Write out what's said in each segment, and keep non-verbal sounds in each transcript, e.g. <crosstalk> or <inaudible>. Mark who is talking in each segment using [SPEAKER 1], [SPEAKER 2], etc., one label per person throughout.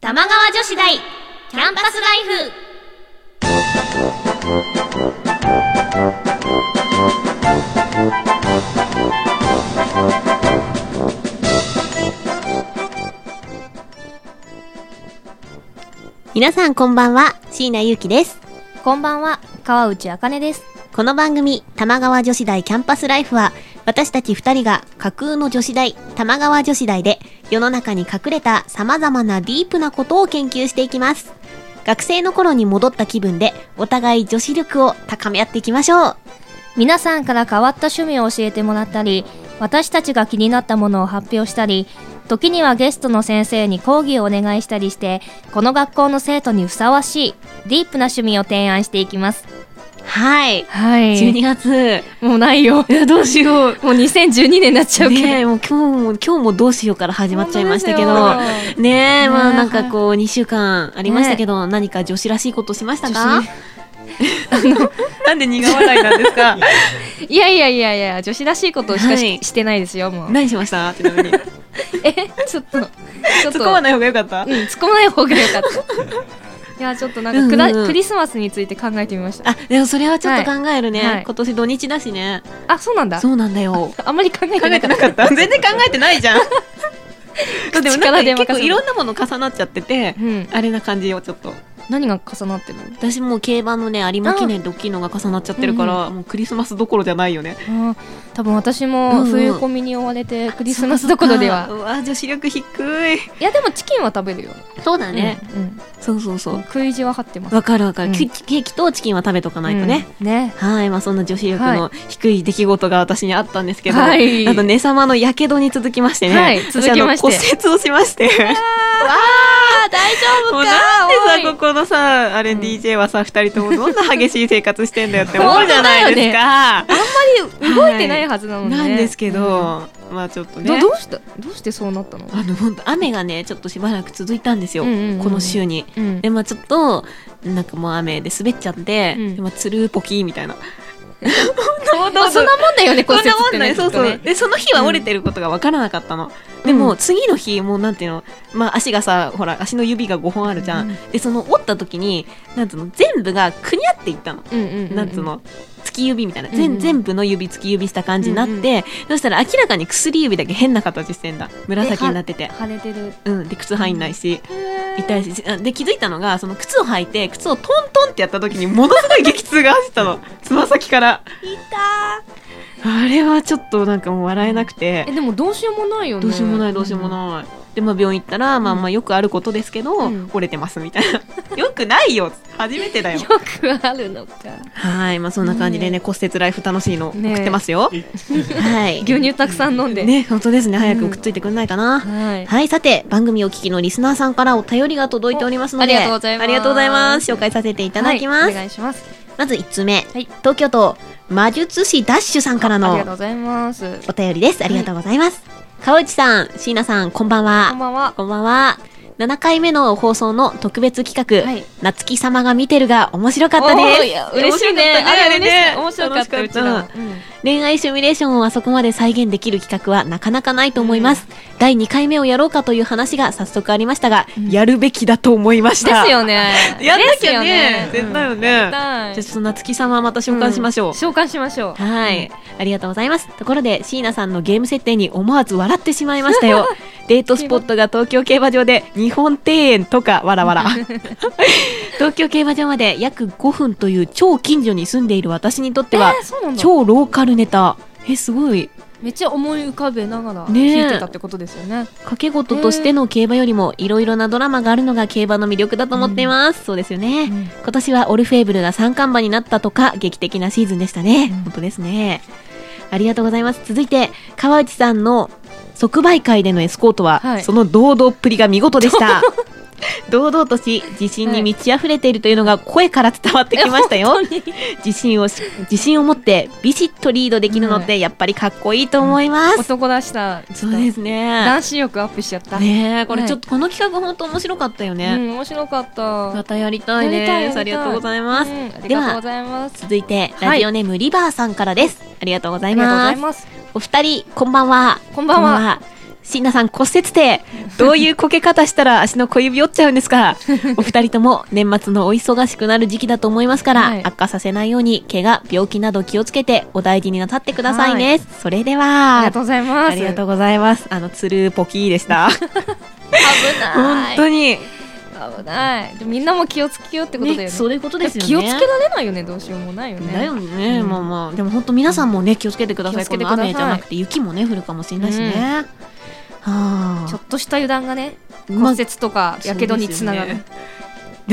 [SPEAKER 1] 玉川女子大キャンパスライフ
[SPEAKER 2] 皆さんこんばんは椎名ゆうきです
[SPEAKER 1] こんばんは川内あかねです
[SPEAKER 2] この番組玉川女子大キャンパスライフは私たち2人が架空の女子大玉川女子大で世の中に隠れた様々なディープなことを研究していきます学生の頃に戻った気分でお互い女子力を高め合っていきましょう
[SPEAKER 1] 皆さんから変わった趣味を教えてもらったり私たちが気になったものを発表したり時にはゲストの先生に講義をお願いしたりしてこの学校の生徒にふさわしいディープな趣味を提案していきます
[SPEAKER 2] はい
[SPEAKER 1] は
[SPEAKER 2] 12月
[SPEAKER 1] もうないよ
[SPEAKER 2] いやどうしよう
[SPEAKER 1] もう2012年になっちゃうけど、
[SPEAKER 2] <laughs> <laughs> ねえもう今日も今日もどうしようから始まっちゃいましたけど <laughs> ねえ、
[SPEAKER 1] ねえ
[SPEAKER 2] まあなんかこう2週間ありましたけど、何か女子らしいことしましたか
[SPEAKER 1] 女
[SPEAKER 2] <laughs> なんで苦笑いなんですか
[SPEAKER 1] いやいやいやいや女子らしいことしかし,、
[SPEAKER 2] はい
[SPEAKER 1] してないですよもう
[SPEAKER 2] <laughs> 何しましたちなみに。 <laughs> 突
[SPEAKER 1] えちょっとちょっと
[SPEAKER 2] っ込まない方がよかった
[SPEAKER 1] うん、突っ込まない方が良かった。
[SPEAKER 2] <laughs>
[SPEAKER 1] いや、ちょっとなんかくら、
[SPEAKER 2] うんうんうん
[SPEAKER 1] クリスマスについて考えてみました。あ、
[SPEAKER 2] あ、でもそれはちょっと考えるね。
[SPEAKER 1] はいはい
[SPEAKER 2] 今年土日だしね。
[SPEAKER 1] そうなんだ。
[SPEAKER 2] そうなんだよ。
[SPEAKER 1] あんまり考え
[SPEAKER 2] 考
[SPEAKER 1] て
[SPEAKER 2] え
[SPEAKER 1] な
[SPEAKER 2] て
[SPEAKER 1] か
[SPEAKER 2] な
[SPEAKER 1] っ
[SPEAKER 2] かった。全然考えてないじゃん。
[SPEAKER 1] た。
[SPEAKER 2] <laughs> でも
[SPEAKER 1] 力
[SPEAKER 2] な
[SPEAKER 1] で
[SPEAKER 2] んか結
[SPEAKER 1] 任
[SPEAKER 2] 構
[SPEAKER 1] せ
[SPEAKER 2] い
[SPEAKER 1] る
[SPEAKER 2] ろんなもの重なっちゃってて
[SPEAKER 1] う、ん、
[SPEAKER 2] あれな感じよ、ちょっと。
[SPEAKER 1] 何が重なってるの
[SPEAKER 2] 私もう競馬のね、有馬記念で大きいのが重なっちゃってるから、もうクリスマスどころじゃないよね。
[SPEAKER 1] あー多分私
[SPEAKER 2] うん
[SPEAKER 1] も
[SPEAKER 2] うん
[SPEAKER 1] 冬コミに追われてクリスマスどころでは、
[SPEAKER 2] そっ <laughs> かうわ、女子力低い。
[SPEAKER 1] いやでもチキンは食べるよ、
[SPEAKER 2] そうだね。
[SPEAKER 1] うん
[SPEAKER 2] そうそう
[SPEAKER 1] う
[SPEAKER 2] そ
[SPEAKER 1] ん、食い意地は張ってま
[SPEAKER 2] う。
[SPEAKER 1] す
[SPEAKER 2] わかるわか
[SPEAKER 1] う
[SPEAKER 2] る、
[SPEAKER 1] ん
[SPEAKER 2] ケーキケーキとチキンは食べとかないとね。、
[SPEAKER 1] うんね
[SPEAKER 2] はい、まあそんな女子力の低い出来事が私にあったんですけど、
[SPEAKER 1] はい
[SPEAKER 2] あと、ね様のやけどに続きましてね、
[SPEAKER 1] はい続きまして
[SPEAKER 2] 私あの骨折をしまして、
[SPEAKER 1] あー大丈
[SPEAKER 2] もうなんでさ、こ
[SPEAKER 1] こ
[SPEAKER 2] このさ、あれ
[SPEAKER 1] うん
[SPEAKER 2] DJ はさ、二人ともどんな激しい生活してん
[SPEAKER 1] <laughs>
[SPEAKER 2] だよって思うじゃないですか。
[SPEAKER 1] あんまり動いてないはずなのね、
[SPEAKER 2] なんですけ
[SPEAKER 1] うん
[SPEAKER 2] ど、まあちょっと
[SPEAKER 1] ど
[SPEAKER 2] ね
[SPEAKER 1] ど。うしたどうしてそうなったの
[SPEAKER 2] あの本当雨がねちょっとしばらく続いたんですよ、
[SPEAKER 1] うんうんうん
[SPEAKER 2] この週に
[SPEAKER 1] うん
[SPEAKER 2] でまあちょっとなんかもう雨で滑っちゃって、
[SPEAKER 1] うん
[SPEAKER 2] でまあつるポキみたいな
[SPEAKER 1] まあそんなもんだよね
[SPEAKER 2] こ
[SPEAKER 1] 骨折
[SPEAKER 2] んなも
[SPEAKER 1] っ
[SPEAKER 2] ん
[SPEAKER 1] て
[SPEAKER 2] な
[SPEAKER 1] ね
[SPEAKER 2] い、そ
[SPEAKER 1] き
[SPEAKER 2] う
[SPEAKER 1] っと
[SPEAKER 2] そ
[SPEAKER 1] ね
[SPEAKER 2] う。で、その日は折れてることが分からなかったの。
[SPEAKER 1] ん
[SPEAKER 2] で
[SPEAKER 1] う
[SPEAKER 2] も、
[SPEAKER 1] ん
[SPEAKER 2] 次の日、もうなんていうの、まあ足がさ、ほら、足の指が5本あるじゃん。
[SPEAKER 1] うん
[SPEAKER 2] で、その折った時に、なんつうの、全部がくにゃっていったの。
[SPEAKER 1] うんうんうんうん
[SPEAKER 2] なんつうの、突き指みたいな。
[SPEAKER 1] うんう
[SPEAKER 2] 全
[SPEAKER 1] ん
[SPEAKER 2] 全部の指突き指した感じになって、そしたら明らかに薬指だけ変な形してんだ。紫になってて。
[SPEAKER 1] 腫れてる
[SPEAKER 2] うん。で、靴入んないし。痛いしあで気づいたのがその靴を履いて靴をトントンってやった時にものすごい激痛が走っ
[SPEAKER 1] <laughs>
[SPEAKER 2] たのつま先から
[SPEAKER 1] 痛
[SPEAKER 2] あれはちょっとなんかもう笑えなくて
[SPEAKER 1] えでもどうしようもないよね
[SPEAKER 2] どうしようもないどうしようもない、でまあ病院行ったら、まあまあよくあることですけど、
[SPEAKER 1] うん
[SPEAKER 2] 折れてますみたいな <laughs> よくないよ初めて
[SPEAKER 1] い
[SPEAKER 2] だよ
[SPEAKER 1] よくあるのか
[SPEAKER 2] はいまあそんな感じでね
[SPEAKER 1] ね
[SPEAKER 2] 骨折ライフ楽しいの送
[SPEAKER 1] ね
[SPEAKER 2] ってますよ、はい
[SPEAKER 1] 牛乳たくさん飲んで
[SPEAKER 2] ね本当ですね早く
[SPEAKER 1] うん
[SPEAKER 2] くっついてくんないかな、
[SPEAKER 1] はい
[SPEAKER 2] はいさて番組をお聞きのリスナーさんからお便りが届いておりますので
[SPEAKER 1] おありがとうございます
[SPEAKER 2] ありがとうございます紹介させていただきます、
[SPEAKER 1] はいお願いします
[SPEAKER 2] まず1通目、
[SPEAKER 1] はい
[SPEAKER 2] 東京都魔術師ダッシュさんから
[SPEAKER 1] あり
[SPEAKER 2] の
[SPEAKER 1] がとうございます
[SPEAKER 2] お便りです。ありがとうございます。川内さん、椎名さん、こんばん
[SPEAKER 1] こん
[SPEAKER 2] は。
[SPEAKER 1] ばんは
[SPEAKER 2] こんばんは。7回目の放送の特別企画、
[SPEAKER 1] はい
[SPEAKER 2] 夏希様が見てるが面白かった
[SPEAKER 1] おー
[SPEAKER 2] で
[SPEAKER 1] い
[SPEAKER 2] す。
[SPEAKER 1] や嬉しいね
[SPEAKER 2] 面白かったねあれね
[SPEAKER 1] 面白かったう
[SPEAKER 2] 楽し
[SPEAKER 1] ち
[SPEAKER 2] かった
[SPEAKER 1] らうん
[SPEAKER 2] 恋愛シミュレーションをあそこまで再現できる企画はなかなかないと思います。第2回目をやろうかという話が早速ありましたが、
[SPEAKER 1] うん
[SPEAKER 2] やるべきだと思いまし
[SPEAKER 1] で
[SPEAKER 2] た。
[SPEAKER 1] すよね
[SPEAKER 2] やんなきゃ
[SPEAKER 1] で
[SPEAKER 2] ね
[SPEAKER 1] すよ
[SPEAKER 2] 絶対よね
[SPEAKER 1] うんやりたい
[SPEAKER 2] じゃあちょっと夏希様また召喚しましょう。
[SPEAKER 1] ん召喚しましょう
[SPEAKER 2] はい、ありがとうございますところで椎名さんのゲーム設定に思わず笑ってしまいまし
[SPEAKER 1] <laughs>
[SPEAKER 2] たよデートスポットが東京競馬場で日本庭園とかわらわら
[SPEAKER 1] <laughs>
[SPEAKER 2] 東京競馬場まで約5分という超近所に住んでいる私にとっては
[SPEAKER 1] えーそうなんだ
[SPEAKER 2] 超ローカルネタえすごい
[SPEAKER 1] めっちゃ思い浮かべながら
[SPEAKER 2] ねえ
[SPEAKER 1] 聞いてたってことですよね
[SPEAKER 2] 掛け事としての競馬よりもいろいろなドラマがあるのが競馬の魅力だと思っています、そうですよね、
[SPEAKER 1] うん
[SPEAKER 2] 今年はオルフェーブルが三冠馬になったとか劇的なシーズンでしたね、
[SPEAKER 1] うん
[SPEAKER 2] 本当ですねありがとうございます続いて川内さんの即売会でのエスコートは、
[SPEAKER 1] はい
[SPEAKER 2] その堂々っぷりが見事でした
[SPEAKER 1] <laughs>
[SPEAKER 2] 堂々とし自信に満ち溢れているというのが声から伝わってきましたよ、
[SPEAKER 1] <laughs> え本当に
[SPEAKER 2] 自信をし自信を持ってビシッとリードできるのってやっぱりかっこいいと思います、
[SPEAKER 1] 男らしさ
[SPEAKER 2] そうですね
[SPEAKER 1] 男子力アップしちゃった、
[SPEAKER 2] ねえこれちょっとこの企画本当面白かったよ
[SPEAKER 1] う
[SPEAKER 2] ね、
[SPEAKER 1] ん面白かった
[SPEAKER 2] またやりたい
[SPEAKER 1] やりたい
[SPEAKER 2] で
[SPEAKER 1] やり
[SPEAKER 2] す
[SPEAKER 1] たい
[SPEAKER 2] ありがとうございます、
[SPEAKER 1] うんあり
[SPEAKER 2] では
[SPEAKER 1] がとうございます
[SPEAKER 2] 続いて
[SPEAKER 1] はい
[SPEAKER 2] ラジオネーム、リバーさんからですありがとうござ
[SPEAKER 1] あ
[SPEAKER 2] い
[SPEAKER 1] りがとうござ
[SPEAKER 2] ま
[SPEAKER 1] い
[SPEAKER 2] す
[SPEAKER 1] ます
[SPEAKER 2] お二人こんばんは
[SPEAKER 1] こんばんは
[SPEAKER 2] は椎名さん骨折
[SPEAKER 1] <laughs>
[SPEAKER 2] ってどういうこけ方したら足の小指折っちゃうんですか <laughs> お二人とも年末のお忙しくなる時期だと思いますから、
[SPEAKER 1] はい
[SPEAKER 2] 悪化させないように怪我病気など気をつけてお大事になさってくださいね、
[SPEAKER 1] はい
[SPEAKER 2] それで
[SPEAKER 1] あり
[SPEAKER 2] は
[SPEAKER 1] がとうございます。
[SPEAKER 2] ありがとうございますあのつるポキーでした本
[SPEAKER 1] 危
[SPEAKER 2] 当に
[SPEAKER 1] ない。危ない。でもみんなも気をつけようってことだよね。
[SPEAKER 2] ねそういうことですよね
[SPEAKER 1] 気をつけられないよね。どうしようもないよね。
[SPEAKER 2] だよね、
[SPEAKER 1] うん
[SPEAKER 2] まあまあでも本当皆さんもね気をつけてくださ
[SPEAKER 1] 気
[SPEAKER 2] い
[SPEAKER 1] をつけて
[SPEAKER 2] この
[SPEAKER 1] く
[SPEAKER 2] 雨じ
[SPEAKER 1] ださ
[SPEAKER 2] ゃ
[SPEAKER 1] い
[SPEAKER 2] なくて雪もね降るかもしれないしね、
[SPEAKER 1] うん
[SPEAKER 2] はあ
[SPEAKER 1] ちょっとした油断がね、
[SPEAKER 2] まあ
[SPEAKER 1] 骨折とかやけどにつながる。
[SPEAKER 2] そう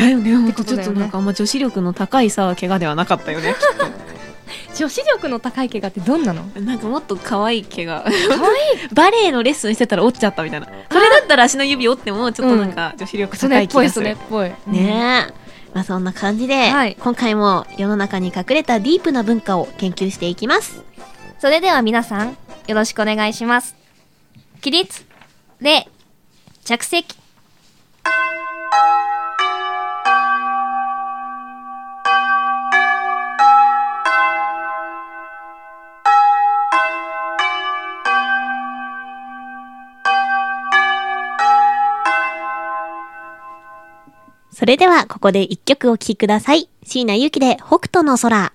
[SPEAKER 2] だよね、ほんと
[SPEAKER 1] ってこと
[SPEAKER 2] ちょ
[SPEAKER 1] だ
[SPEAKER 2] っ
[SPEAKER 1] よ
[SPEAKER 2] と
[SPEAKER 1] ね
[SPEAKER 2] なんかあんま女子力の高いさ、怪我ではなかったよね、きっ
[SPEAKER 1] 女子力の高い怪我って <laughs> どんなの？
[SPEAKER 2] と。なんかもっと可愛い怪我。
[SPEAKER 1] 可愛い。
[SPEAKER 2] バレエのレッスンしてたら折っちゃったみたいな。それだったら足の指折っても、ちょっとなんか女子力
[SPEAKER 1] そ
[SPEAKER 2] 高
[SPEAKER 1] れっ
[SPEAKER 2] い気
[SPEAKER 1] ぽい
[SPEAKER 2] が
[SPEAKER 1] そ
[SPEAKER 2] す
[SPEAKER 1] れ
[SPEAKER 2] る
[SPEAKER 1] っ。ぽい。
[SPEAKER 2] ねえ。まあそんな感じで、
[SPEAKER 1] はい
[SPEAKER 2] 今回も世の中に隠れたディープな文化を研究していきます。
[SPEAKER 1] それでは皆さん、よろしくお願いします。起立、礼、着席。
[SPEAKER 2] それではここで一曲お聴きください。椎名ゆきで北斗の空。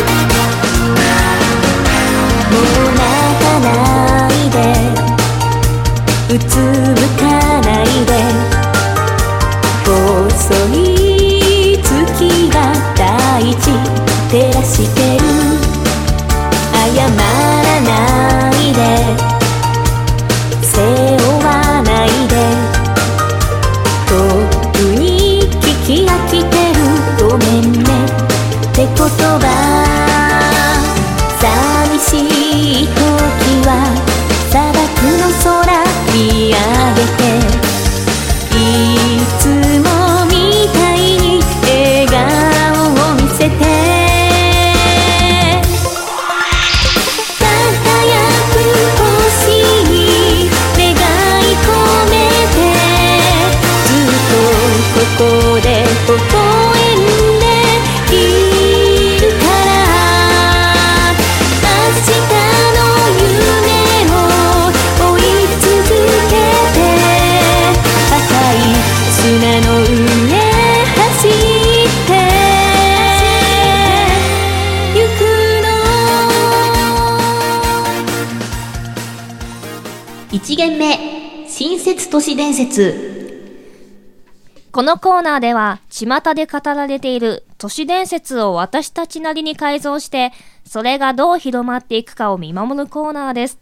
[SPEAKER 3] もう泣かないでうつむかないで細い月が大地照らしてる謝らないで背負わないで遠くに聞き飽きてるごめんねって言葉寂しい時は砂漠の空見上げていつもみたいに笑顔を見せて輝く星に願い込めてずっとここで微笑んでいるから明日の夢を追い続けて赤い砂の上走ってゆくの
[SPEAKER 2] 一限目、新設都市伝説。
[SPEAKER 1] このコーナーでは、巷で語られている都市伝説を私たちなりに改造して、それがどう広まっていくかを見守るコーナーです。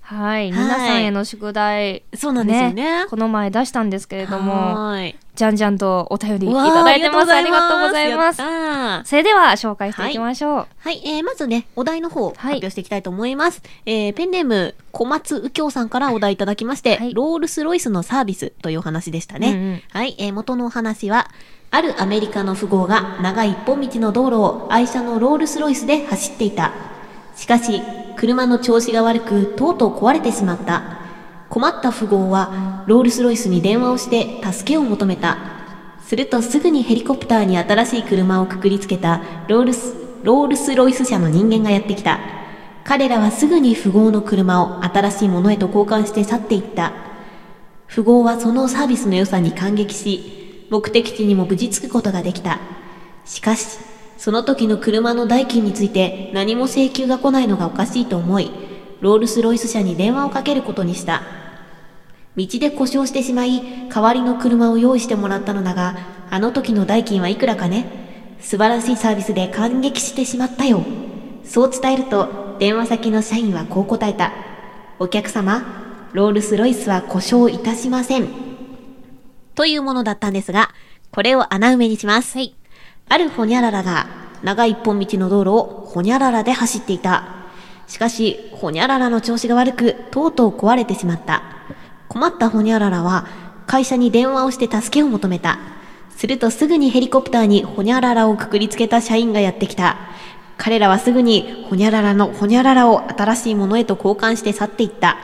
[SPEAKER 1] はい、皆さんへの宿題、
[SPEAKER 2] そうなんですよね
[SPEAKER 1] この前出したんですけれども、
[SPEAKER 2] はーい。
[SPEAKER 1] じゃんじゃんとお便りいただいてます。ありがとうございます。
[SPEAKER 2] ます。
[SPEAKER 1] それでは紹介していきましょう。
[SPEAKER 2] はい、えー、まずね、お題の方、発
[SPEAKER 1] はい
[SPEAKER 2] 表していきたいと思います。えー、ペンネーム、小松右京さんからお題いただきまして、
[SPEAKER 1] はい
[SPEAKER 2] ロールスロイスのサービスというお話でした
[SPEAKER 1] う
[SPEAKER 2] ね。
[SPEAKER 1] んうん
[SPEAKER 2] はい、えー、元のお話は、あるアメリカの富豪が長い一本道の道路を愛車のロールスロイスで走っていた。しかし、車の調子が悪く、とうとう壊れてしまった。困った富豪は、ロールスロイスに電話をして助けを求めた。するとすぐにヘリコプターに新しい車をくくりつけたロールスロールスロイス社の人間がやってきた。彼らはすぐに富豪の車を新しいものへと交換して去っていった。富豪はそのサービスの良さに感激し、目的地にも無事着くことができた。しかし、その時の車の代金について何も請求が来ないのがおかしいと思い、ロールスロイス社に電話をかけることにした。道で故障してしまい、代わりの車を用意してもらったのだが、あの時の代金はいくらかね素晴らしいサービスで感激してしまったよ。そう伝えると、電話先の社員はこう答えた。お客様、ロールスロイスは故障いたしません。というものだったんですが、これを穴埋めにします。はい。あるホニャララが、長い一本道の道路をホニャララで走っていた。しかし、ホニャララの調子が悪く、とうとう壊れてしまった。困ったホニャララは、会社に電話をして助けを求めた。するとすぐにヘリコプターにホニャララをくくりつけた社員がやってきた。彼らはすぐに、ほにゃららのほにゃららを新しいものへと交換して去っていった。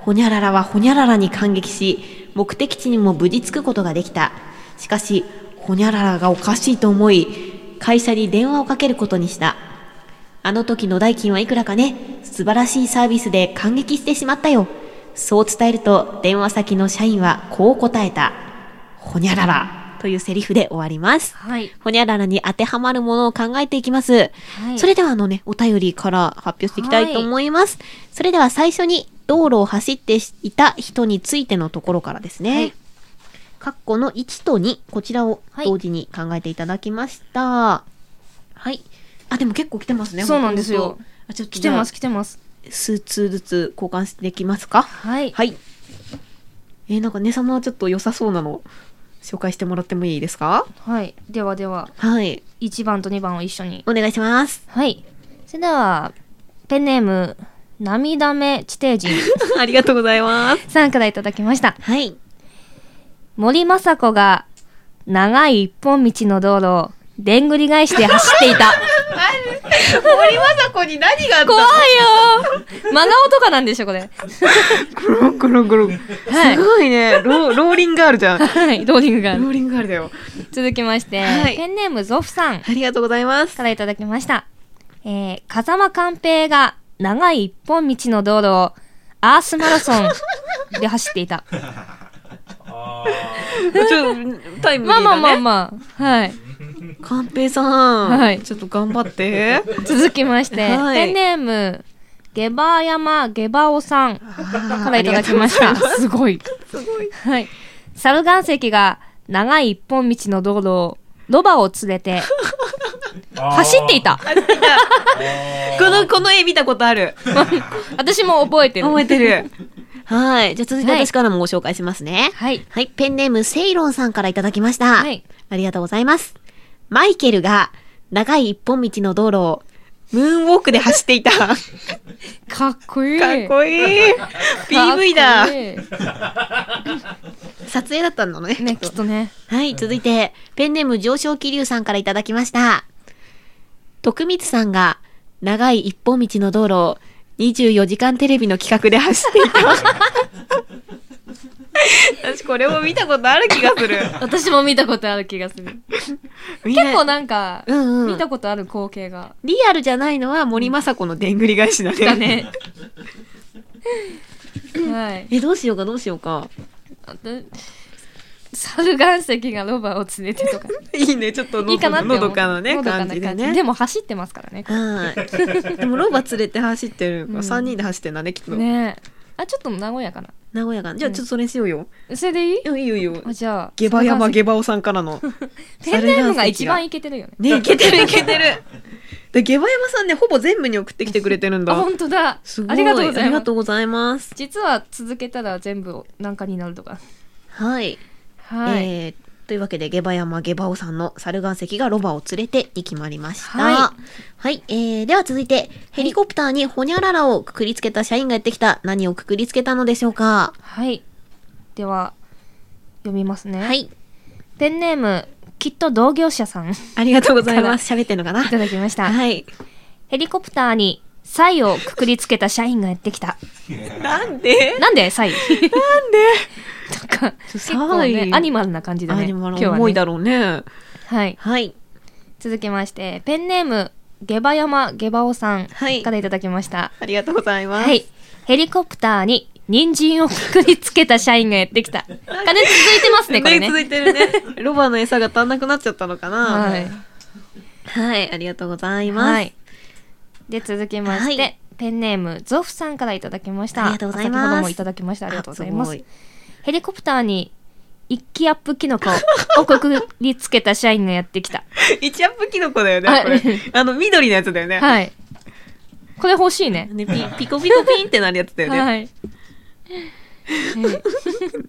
[SPEAKER 2] ほにゃららはほにゃららに感激し、目的地にも無事着くことができた。しかし、ほにゃららがおかしいと思い、会社に電話をかけることにした。あの時の代金はいくらかね、素晴らしいサービスで感激してしまったよ。そう伝えると、電話先の社員はこう答えた。ほにゃららというセリフで終わります。
[SPEAKER 1] はい。
[SPEAKER 2] ほにゃららに当てはまるものを考えていきます。
[SPEAKER 1] はい
[SPEAKER 2] それではあのね、お便りから発表していきたいと思います。それでは最初に、道路を走っていた人についてのところからですね。
[SPEAKER 1] はい
[SPEAKER 2] 括弧の1と2、こちらを
[SPEAKER 1] はい
[SPEAKER 2] 同時に考えていただきました。はい。あ、でも結構来てますね。
[SPEAKER 1] そうなんですよ
[SPEAKER 2] 本当。あ、ちょっと
[SPEAKER 1] 来
[SPEAKER 2] じ
[SPEAKER 1] て
[SPEAKER 2] ゃあ
[SPEAKER 1] ます、来てます。
[SPEAKER 2] 数通ずつ交換していきますか。
[SPEAKER 1] はい。
[SPEAKER 2] はい。えーなんかね、さまはちょっと良さそうなの、紹介してもらってもいいですか
[SPEAKER 1] はい。ではでは、
[SPEAKER 2] はい。
[SPEAKER 1] 1番と2番を一緒に。
[SPEAKER 2] お願いします。
[SPEAKER 1] はい。それでは、ペンネーム、涙目地底人
[SPEAKER 2] <laughs> ありがとうございます。
[SPEAKER 1] <laughs> さんからいただきました。
[SPEAKER 2] はい。
[SPEAKER 1] 森雅子が、長い一本道の道路を、でんぐり返して走っていた。
[SPEAKER 2] 森ま子に何があ
[SPEAKER 1] <laughs>
[SPEAKER 2] っ
[SPEAKER 1] 怖いよー真顔とかなんでしょ、これ。
[SPEAKER 2] コロンコロンコロン。
[SPEAKER 1] はい
[SPEAKER 2] すごいね。ローローリンガールじゃん。
[SPEAKER 1] <laughs>
[SPEAKER 2] ロ
[SPEAKER 1] はい、ローリングが
[SPEAKER 2] ーリンガールだよ。
[SPEAKER 1] <laughs> 続きまして、
[SPEAKER 2] はい
[SPEAKER 1] ペンネームゾフさん
[SPEAKER 2] ありがとうございます。
[SPEAKER 1] からいただきました。えー、風間寛平が長い一本道の道路をアースマラソンで走っていた。
[SPEAKER 2] ちょっとタイムリーだね。
[SPEAKER 1] <laughs> まあまあまあまあ。はい。
[SPEAKER 2] カンペイさん。
[SPEAKER 1] はい
[SPEAKER 2] ちょっと頑張って。
[SPEAKER 1] 続きまして、
[SPEAKER 2] はい
[SPEAKER 1] ペンネーム、ゲバ山ゲバオさんか
[SPEAKER 2] から
[SPEAKER 1] いただきました。
[SPEAKER 2] す
[SPEAKER 1] すごい。
[SPEAKER 2] すごい。
[SPEAKER 1] はい。猿岩石が長い一本道の道路をロバを連れて走ってい <laughs> た。
[SPEAKER 2] この、この絵見たことある。
[SPEAKER 1] 私も覚えてる。
[SPEAKER 2] 覚えてる。はい。じゃあ続いて
[SPEAKER 1] はい
[SPEAKER 2] 私からもご紹介しますね。
[SPEAKER 1] はい。
[SPEAKER 2] はい。ペンネーム、セイロンさんからいただきました。
[SPEAKER 1] はい
[SPEAKER 2] ありがとうございます。マイケルが長い一本道の道路をムーンウォークで走っていた。かっ
[SPEAKER 1] かっこいい。
[SPEAKER 2] こいい。PV だ
[SPEAKER 1] かっ。こいい
[SPEAKER 2] 撮影だったんだね。
[SPEAKER 1] ね、きっとね。
[SPEAKER 2] はい、続いて、ペンネーム上昇気流さんからいただきました。徳光さんが、長い一本道の道路を、24時間テレビの企画で走ってい <laughs> た。私これも見たことある気がす <laughs> る。
[SPEAKER 1] 私も見たことある気がする。
[SPEAKER 2] 結
[SPEAKER 1] 結構、なんか、
[SPEAKER 2] うんうん
[SPEAKER 1] 見たことある光景が。
[SPEAKER 2] リアルじゃないのは森雅子のでんぐり返しだね。
[SPEAKER 1] だ <laughs> ね。はい。
[SPEAKER 2] え、どうしようかどうしようか。
[SPEAKER 1] あと猿岩石がロバを連れて <laughs> とか。
[SPEAKER 2] いいね、ちょっと
[SPEAKER 1] いいかなって思う。
[SPEAKER 2] のどかなね、
[SPEAKER 1] のどかな
[SPEAKER 2] 感じで
[SPEAKER 1] で
[SPEAKER 2] ね。
[SPEAKER 1] も走ってますからね。
[SPEAKER 2] はい。でもロバ連れて走ってる
[SPEAKER 1] う
[SPEAKER 2] か
[SPEAKER 1] ん
[SPEAKER 2] ら、3人で走ってんだね、きっと。
[SPEAKER 1] ねえ。あ、ちょっと和やかな。
[SPEAKER 2] 名古屋が。じゃあちょっとそれにしようよ。
[SPEAKER 1] それでいい
[SPEAKER 2] いやいいよいいよ。
[SPEAKER 1] あ、じゃあ。
[SPEAKER 2] ゲバヤマ
[SPEAKER 1] ゲ
[SPEAKER 2] ゲバオさんから <laughs> の。
[SPEAKER 1] ペンネームが一番いけてるよね。
[SPEAKER 2] ね、いけてるいけてる。で、ゲバヤマさんね、ほぼ全部に送ってきてくれてるん
[SPEAKER 1] あ、
[SPEAKER 2] だ。
[SPEAKER 1] 本当だ。
[SPEAKER 2] すごい。
[SPEAKER 1] ありがとうござ
[SPEAKER 2] あ
[SPEAKER 1] い
[SPEAKER 2] りが
[SPEAKER 1] ます
[SPEAKER 2] と。うございます。
[SPEAKER 1] 実は続けたら全部なんかになるとか。
[SPEAKER 2] はい。
[SPEAKER 1] はい。
[SPEAKER 2] えーというわけで、ゲバヤマゲバオさんの猿岩石がロバを連れてに決まりました。
[SPEAKER 1] は
[SPEAKER 2] はいい。えー、では続いて、ヘリコプターにホニャララをくくりつけた社員がやってきた、何をくくりつけたのでしょうか
[SPEAKER 1] はい。では、読みますね。
[SPEAKER 2] はい。
[SPEAKER 1] ペンネーム、きっと同業者 <laughs> さんい
[SPEAKER 2] ありがとうございます。喋ってんのかな
[SPEAKER 1] ただきました。
[SPEAKER 2] はい。
[SPEAKER 1] ヘリコプターに、サイをくくりつけた社員がやってきた。
[SPEAKER 2] なんで
[SPEAKER 1] なんで
[SPEAKER 2] <laughs>
[SPEAKER 1] サイなんでとか、結構ね、アニマルな感じだ
[SPEAKER 2] ア
[SPEAKER 1] ね。
[SPEAKER 2] ニマル
[SPEAKER 1] 今日は
[SPEAKER 2] 重い
[SPEAKER 1] ね。
[SPEAKER 2] だろうね。
[SPEAKER 1] はい。
[SPEAKER 2] はい。
[SPEAKER 1] 続きまして、ペンネーム、ゲバ山ゲバオさん
[SPEAKER 2] はい
[SPEAKER 1] からいただきました。
[SPEAKER 2] ありがとうございます。
[SPEAKER 1] はい。ヘリコプターに、人参をくくりつけた社員がやってきた。金続いてます
[SPEAKER 2] <laughs>
[SPEAKER 1] ね、これね。
[SPEAKER 2] 続いてるね。 <laughs> ロバの餌が足んなくなっちゃったのかな。
[SPEAKER 1] はい。。
[SPEAKER 2] はい、ありがとうございます。
[SPEAKER 1] はい。で、続きまして、
[SPEAKER 2] はい
[SPEAKER 1] ペンネーム、ゾフさんからいただきました。
[SPEAKER 2] ありがとうございます
[SPEAKER 1] 先ほどもいただきました。ありがとうございま
[SPEAKER 2] あ
[SPEAKER 1] す
[SPEAKER 2] ご。
[SPEAKER 1] ヘリコプターに、一気アップキノコ
[SPEAKER 2] <laughs>
[SPEAKER 1] をくくりつけた社員がやってきた。
[SPEAKER 2] 一アップキノコだよ
[SPEAKER 1] は
[SPEAKER 2] ね、
[SPEAKER 1] い
[SPEAKER 2] これ。あの、緑のやつだよね。
[SPEAKER 1] はい。これ欲しいね。
[SPEAKER 2] ね、ピピコピコピンってなるやつだよね。
[SPEAKER 1] はい。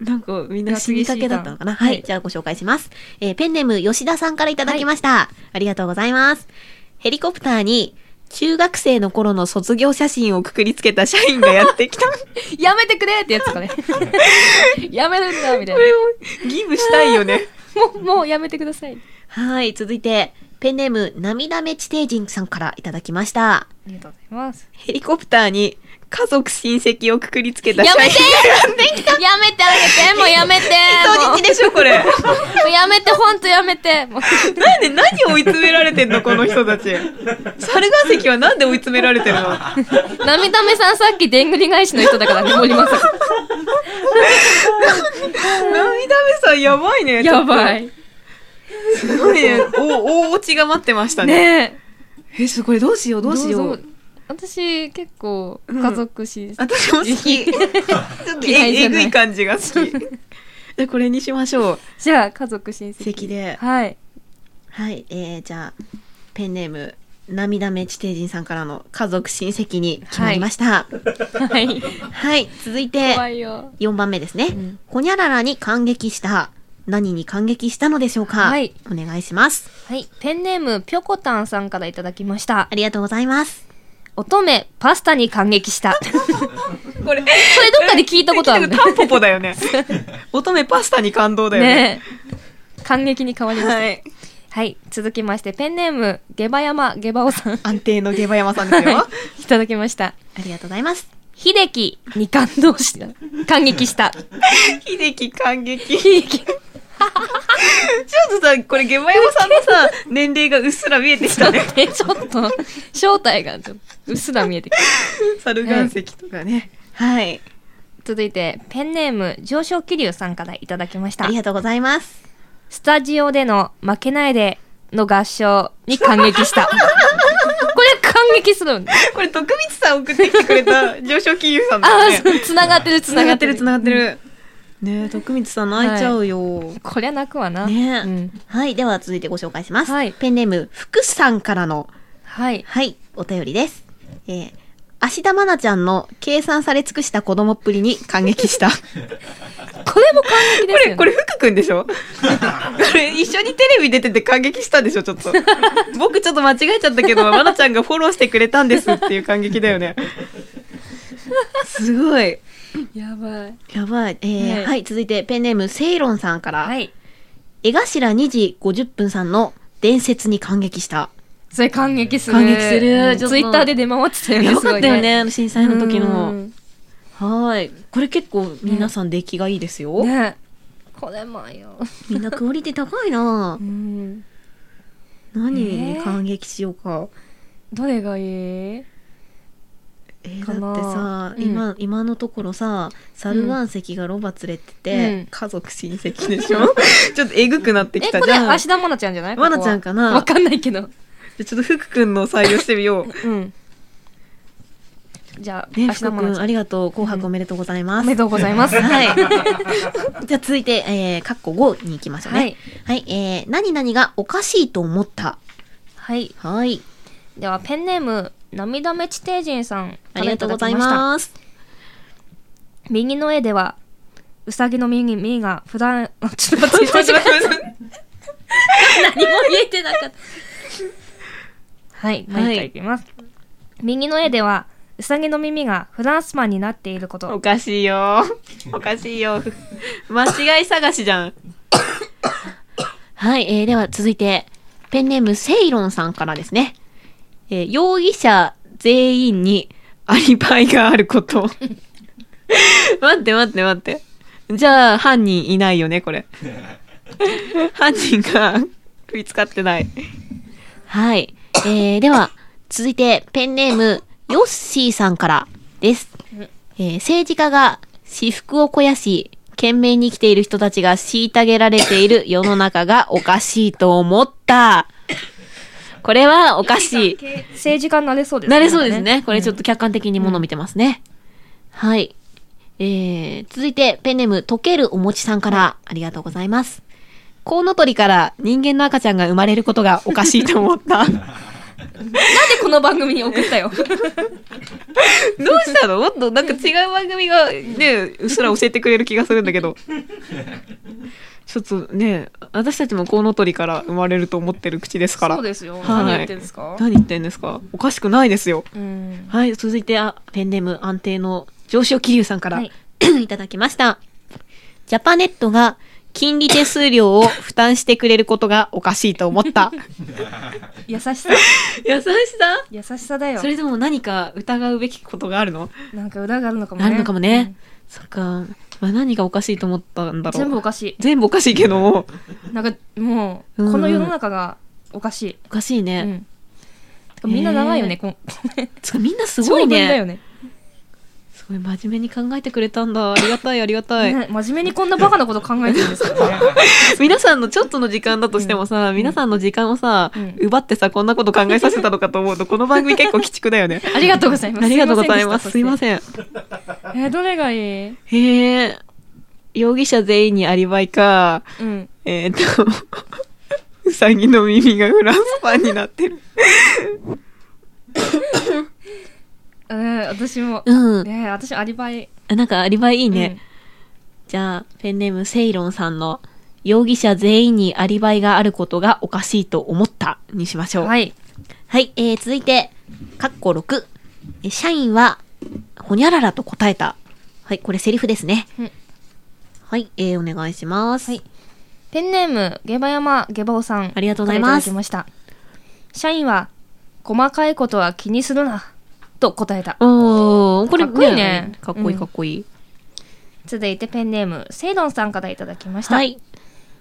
[SPEAKER 2] なんかみんな死にかけだったのかな。
[SPEAKER 1] はい
[SPEAKER 2] はい、じゃあご紹介します。えーペンネーム吉田さんからいただきました。ありがとうございます。ヘリコプターに中学生の頃の卒業写真をくくりつけた社員がやって
[SPEAKER 1] <laughs>
[SPEAKER 2] きた。
[SPEAKER 1] やめてくれってやつ
[SPEAKER 2] <laughs>
[SPEAKER 1] かね。やめるんだ、みたい
[SPEAKER 2] これをギブしたいよね。
[SPEAKER 1] な。もう、もうやめてください。
[SPEAKER 2] はい、続いて、ペンネーム、涙目地底人さんからいただきました。
[SPEAKER 1] りがとうございます。
[SPEAKER 2] ヘリコプターに家族親戚をくくりつけた
[SPEAKER 1] やめて
[SPEAKER 2] 写真ができた
[SPEAKER 1] やめてあげてもうやめて
[SPEAKER 2] 人質でしょ、こ <laughs> れ。
[SPEAKER 1] もうやめてほんとやめてもう
[SPEAKER 2] なんで、何を追い詰められてんの、この人たち。猿岩石はなんで追い詰められてるの
[SPEAKER 1] 涙目さんさっきでんぐり返しの人だからね森まさか
[SPEAKER 2] 涙目さん、 <laughs> やばいね。
[SPEAKER 1] やばい
[SPEAKER 2] すごいね。お、大落ちが待ってましたね。
[SPEAKER 1] ねえ
[SPEAKER 2] え、すごい、どうしよう、どうしよう
[SPEAKER 1] ぞ。私結構
[SPEAKER 2] うん
[SPEAKER 1] 家族し、
[SPEAKER 2] 私も好き。ちょっと
[SPEAKER 1] 嫌い
[SPEAKER 2] え
[SPEAKER 1] じゃ
[SPEAKER 2] え
[SPEAKER 1] な
[SPEAKER 2] ぐ
[SPEAKER 1] い
[SPEAKER 2] い感じが好き。じゃあこれにしましょう。
[SPEAKER 1] じゃあ家族親戚
[SPEAKER 2] 席で。
[SPEAKER 1] はい
[SPEAKER 2] はい、えー、じゃあ、ペンネーム、涙目地底人さんからの家族親戚に決まりました。はい、
[SPEAKER 1] はい
[SPEAKER 2] 続い
[SPEAKER 1] 怖
[SPEAKER 2] て、
[SPEAKER 1] いよ
[SPEAKER 2] 4番目ですね。
[SPEAKER 1] ん
[SPEAKER 2] ほにゃららに感激した。何に感激したのでしょうか、
[SPEAKER 1] はい
[SPEAKER 2] お願いします。
[SPEAKER 1] はいペンネームぴょこたんさんからいただきました
[SPEAKER 2] ありがとうございます。
[SPEAKER 1] 乙女パスタに感激した <laughs>
[SPEAKER 2] これ、
[SPEAKER 1] それどっかで聞いたことあるね
[SPEAKER 2] タンポポだよ <laughs> ね。乙女パスタに感動だよね。
[SPEAKER 1] ねえ感激に変わりました
[SPEAKER 2] はい。
[SPEAKER 1] はい、続きましてペンネーム下馬山下馬尾さん
[SPEAKER 2] 安定の下馬山さんですよ。あ
[SPEAKER 1] いただきました
[SPEAKER 2] りがとうございます。
[SPEAKER 1] 秀樹に感動した感激 <laughs> した
[SPEAKER 2] 秀樹感激。
[SPEAKER 1] 秀樹
[SPEAKER 2] ちょっとさ、これ、ゲマヤマさんのさ、年齢がうっすら見えてきた <laughs> ね。
[SPEAKER 1] え <laughs> ちょっと正体がちょっとうっすら見えてきた
[SPEAKER 2] 猿岩石とかね。はい。
[SPEAKER 1] 続いてペンネーム上昇気流さんからいただきました
[SPEAKER 2] ありがとうございます。
[SPEAKER 1] スタジオでの負けないでの合唱に感激した
[SPEAKER 2] <laughs>
[SPEAKER 1] これ感激するんだ
[SPEAKER 2] これ、徳光さん送ってきてくれ <laughs> た上昇金融さんだ
[SPEAKER 1] あー
[SPEAKER 2] よね。
[SPEAKER 1] そうつながってるつ
[SPEAKER 2] つな
[SPEAKER 1] な
[SPEAKER 2] が
[SPEAKER 1] が
[SPEAKER 2] っ
[SPEAKER 1] ってて
[SPEAKER 2] る、
[SPEAKER 1] る
[SPEAKER 2] つながってる。ねえ、徳光さん泣いちゃうよ。
[SPEAKER 1] こりゃ泣くわな、
[SPEAKER 2] ねえ、
[SPEAKER 1] うん、
[SPEAKER 2] はい、では続いてご紹介します。
[SPEAKER 1] はい
[SPEAKER 2] ペンネーム、福さんからの、
[SPEAKER 1] はい
[SPEAKER 2] はい、お便りです。えー、芦田愛菜ちゃんの計算され尽くした子供っぷりに感激 <laughs> した。
[SPEAKER 1] これも感激ですよね
[SPEAKER 2] これ福くんで <laughs> しょこれ一緒にテレビ出てて感激したでしょちょ <laughs> っと僕ちょっと間違えちゃったけどまなちゃんがフォローしてくれたんですっていう感激だよねすごい
[SPEAKER 1] やばい
[SPEAKER 2] やばい、えー
[SPEAKER 1] はい
[SPEAKER 2] はい続いてペンネームセイロンさんから、
[SPEAKER 1] はい
[SPEAKER 2] 江頭2時50分さんの伝説に感
[SPEAKER 1] <laughs>
[SPEAKER 2] 激した
[SPEAKER 1] それ感激する。
[SPEAKER 2] 感激する
[SPEAKER 1] うん
[SPEAKER 2] ちょっと
[SPEAKER 1] ツイッターで出回ってたよね。
[SPEAKER 2] よかったよねあの震災の
[SPEAKER 1] すごい
[SPEAKER 2] 時
[SPEAKER 1] ね。
[SPEAKER 2] のはいこれ結構皆さん出来がいいです
[SPEAKER 1] う
[SPEAKER 2] よ、
[SPEAKER 1] んね。これもよ。
[SPEAKER 2] みんなクオリティ高
[SPEAKER 1] <laughs>
[SPEAKER 2] いな
[SPEAKER 1] うん
[SPEAKER 2] 何に感激しようか、
[SPEAKER 1] どれがいい
[SPEAKER 2] えー
[SPEAKER 1] か
[SPEAKER 2] だ
[SPEAKER 1] な
[SPEAKER 2] ってさ、
[SPEAKER 1] うん
[SPEAKER 2] 今今のところさ猿岩石がロバ連れてて、
[SPEAKER 1] うん
[SPEAKER 2] 家族親戚でしょ
[SPEAKER 1] <laughs>
[SPEAKER 2] ちょっとえぐくなってき
[SPEAKER 1] え、
[SPEAKER 2] た
[SPEAKER 1] こ
[SPEAKER 2] じ
[SPEAKER 1] れ、
[SPEAKER 2] ゃん
[SPEAKER 1] 芦田愛菜ちゃんじゃない
[SPEAKER 2] 愛菜ちゃんかな
[SPEAKER 1] ここはわかんないけど。
[SPEAKER 2] でちょっと福君の採用して
[SPEAKER 1] <laughs>
[SPEAKER 2] みよう
[SPEAKER 1] うん。じゃあ、
[SPEAKER 2] ね
[SPEAKER 1] 芦田愛菜
[SPEAKER 2] 福君
[SPEAKER 1] ちゃん。
[SPEAKER 2] ありがとう紅白おめでとうございま
[SPEAKER 1] お
[SPEAKER 2] す、
[SPEAKER 1] めでとうございます。
[SPEAKER 2] <laughs> はいじゃあ続いて、えー、カッコ5に行きましょうね
[SPEAKER 1] は
[SPEAKER 2] はいい、えー、何々がおかしいと思った
[SPEAKER 1] はい。
[SPEAKER 2] はい
[SPEAKER 1] では、ペンネーム、涙目地底人さん。
[SPEAKER 2] ありがとうござい
[SPEAKER 1] す。
[SPEAKER 2] ます
[SPEAKER 1] 右の絵では、うさぎの右目が普段、 <laughs> あちょっと待って、
[SPEAKER 2] ちょっと待 <laughs> って
[SPEAKER 1] 何も見えてなかった。はい、
[SPEAKER 2] はい
[SPEAKER 1] もう一回いきます。右の絵では、うさぎの耳がフランスマンになっているこ
[SPEAKER 2] お
[SPEAKER 1] と。
[SPEAKER 2] かしいよ。おかしいよ。間違い探しじゃん。はい、えーでは続いて、ペンネームセイロンさんからですね。えー容疑者全員にアリバイがあること。 <laughs> 待って待って待って。じゃあ、犯人いないよね、こ <laughs> れ。犯人が見つかってない。はい。えーでは、続いて、ペンネーム、ヨッシーさんからです。えー政治家が私服を肥やし、懸命に生きている人たちが虐げられている世の中がおかしいと思った。これはおかしい。
[SPEAKER 1] 政治家になれそうです
[SPEAKER 2] なれそうですね。これちょっ
[SPEAKER 1] と。
[SPEAKER 2] と客観的にもの見てますね。はい。えー、続いてペンネーム、溶けるおもちさんからありがとうございます。コウノトリから人間の赤ちゃんが生まれることがおかしいと思っ
[SPEAKER 1] <laughs>
[SPEAKER 2] た。
[SPEAKER 1] な
[SPEAKER 2] ど
[SPEAKER 1] んでこの番組に送
[SPEAKER 2] <laughs>
[SPEAKER 1] ったよ。
[SPEAKER 2] うしたのもっとなんか違う番組がね、うっすら教えてくれる気がするんだ
[SPEAKER 1] <laughs>
[SPEAKER 2] けど。ちょっとね、私たちもコウノトリから生まれると思ってる口ですから。
[SPEAKER 1] そうですよ。
[SPEAKER 2] は
[SPEAKER 1] 何
[SPEAKER 2] い
[SPEAKER 1] 言ってんですか
[SPEAKER 2] 何言ってんですかおかしくないですよ。
[SPEAKER 1] うん。
[SPEAKER 2] はい、続いて、あ、ペンネーム安定の上昇気流さんから、 <coughs>
[SPEAKER 1] はい
[SPEAKER 2] い、ただきました。ジャパネットが金利手数料を負担してくれることがおかしいと思った。
[SPEAKER 1] 優し
[SPEAKER 2] <laughs>
[SPEAKER 1] さ
[SPEAKER 2] 優しさ
[SPEAKER 1] <laughs> 優しさだよ
[SPEAKER 2] <laughs> それでも何か疑うべきことがあるの
[SPEAKER 1] なんか裏があるのかもね
[SPEAKER 2] あるのかもね。そっか。まあ、何がおかしいと思ったん
[SPEAKER 1] う
[SPEAKER 2] だ
[SPEAKER 1] ん
[SPEAKER 2] ろう。
[SPEAKER 1] 全部おかし
[SPEAKER 2] 全部おかしいけども。
[SPEAKER 1] いなんかも
[SPEAKER 2] うん
[SPEAKER 1] うこの世の中がおかし
[SPEAKER 2] おかしい
[SPEAKER 1] い、う
[SPEAKER 2] ね。
[SPEAKER 1] んてかみんな長いよ
[SPEAKER 2] へ
[SPEAKER 1] ね
[SPEAKER 2] ー
[SPEAKER 1] こん
[SPEAKER 2] つかみんなすごい
[SPEAKER 1] 長文だ
[SPEAKER 2] ね
[SPEAKER 1] よね
[SPEAKER 2] すごい真面目に考えてくれたんだ。ありがたい、ありがたい。
[SPEAKER 1] ね真面目にこんなバカなこと考えてるんです
[SPEAKER 2] <laughs>
[SPEAKER 1] よね
[SPEAKER 2] 皆さんのちょっとの時間だとしてもさ、皆さんの時間をさ、
[SPEAKER 1] うん
[SPEAKER 2] 奪ってさ、こんなこと考えさせたのかと思うと、この番組結構鬼畜だよね。
[SPEAKER 1] ありがとうございます
[SPEAKER 2] <laughs> ありがとうございます。すいま
[SPEAKER 1] ん
[SPEAKER 2] せん。
[SPEAKER 1] でしたえーどれがいい
[SPEAKER 2] へえ。容疑者全員にアリバイか。
[SPEAKER 1] うん
[SPEAKER 2] えーっと、 <laughs> うさぎの耳がフランスパンになってる。
[SPEAKER 1] うん私も
[SPEAKER 2] うん。
[SPEAKER 1] ねえ私アリバイ
[SPEAKER 2] なんかアリバイいいね。じゃあ、ペンネームセイロンさんの、容疑者全員にアリバイがあることがおかしいと思ったにしまし
[SPEAKER 1] う
[SPEAKER 2] ょ
[SPEAKER 1] ん
[SPEAKER 2] う。
[SPEAKER 1] はい
[SPEAKER 2] はい、えー、続いて、カッコ6。え社員は、ほにゃららと答えた。はい、これセリフですね。
[SPEAKER 1] うん
[SPEAKER 2] はい、えー、お願いします。
[SPEAKER 1] はいペンネーム、ゲバ山ゲバオさん。
[SPEAKER 2] ありがとうございます
[SPEAKER 1] からただきました。社員は、細かいことは気にするな、と答えた。
[SPEAKER 2] おー、これ
[SPEAKER 1] かっこいいね
[SPEAKER 2] かっこいい
[SPEAKER 1] うん
[SPEAKER 2] かっこいい。
[SPEAKER 1] 続いてペンネーム、セイロンさんからいただきました。
[SPEAKER 2] はい。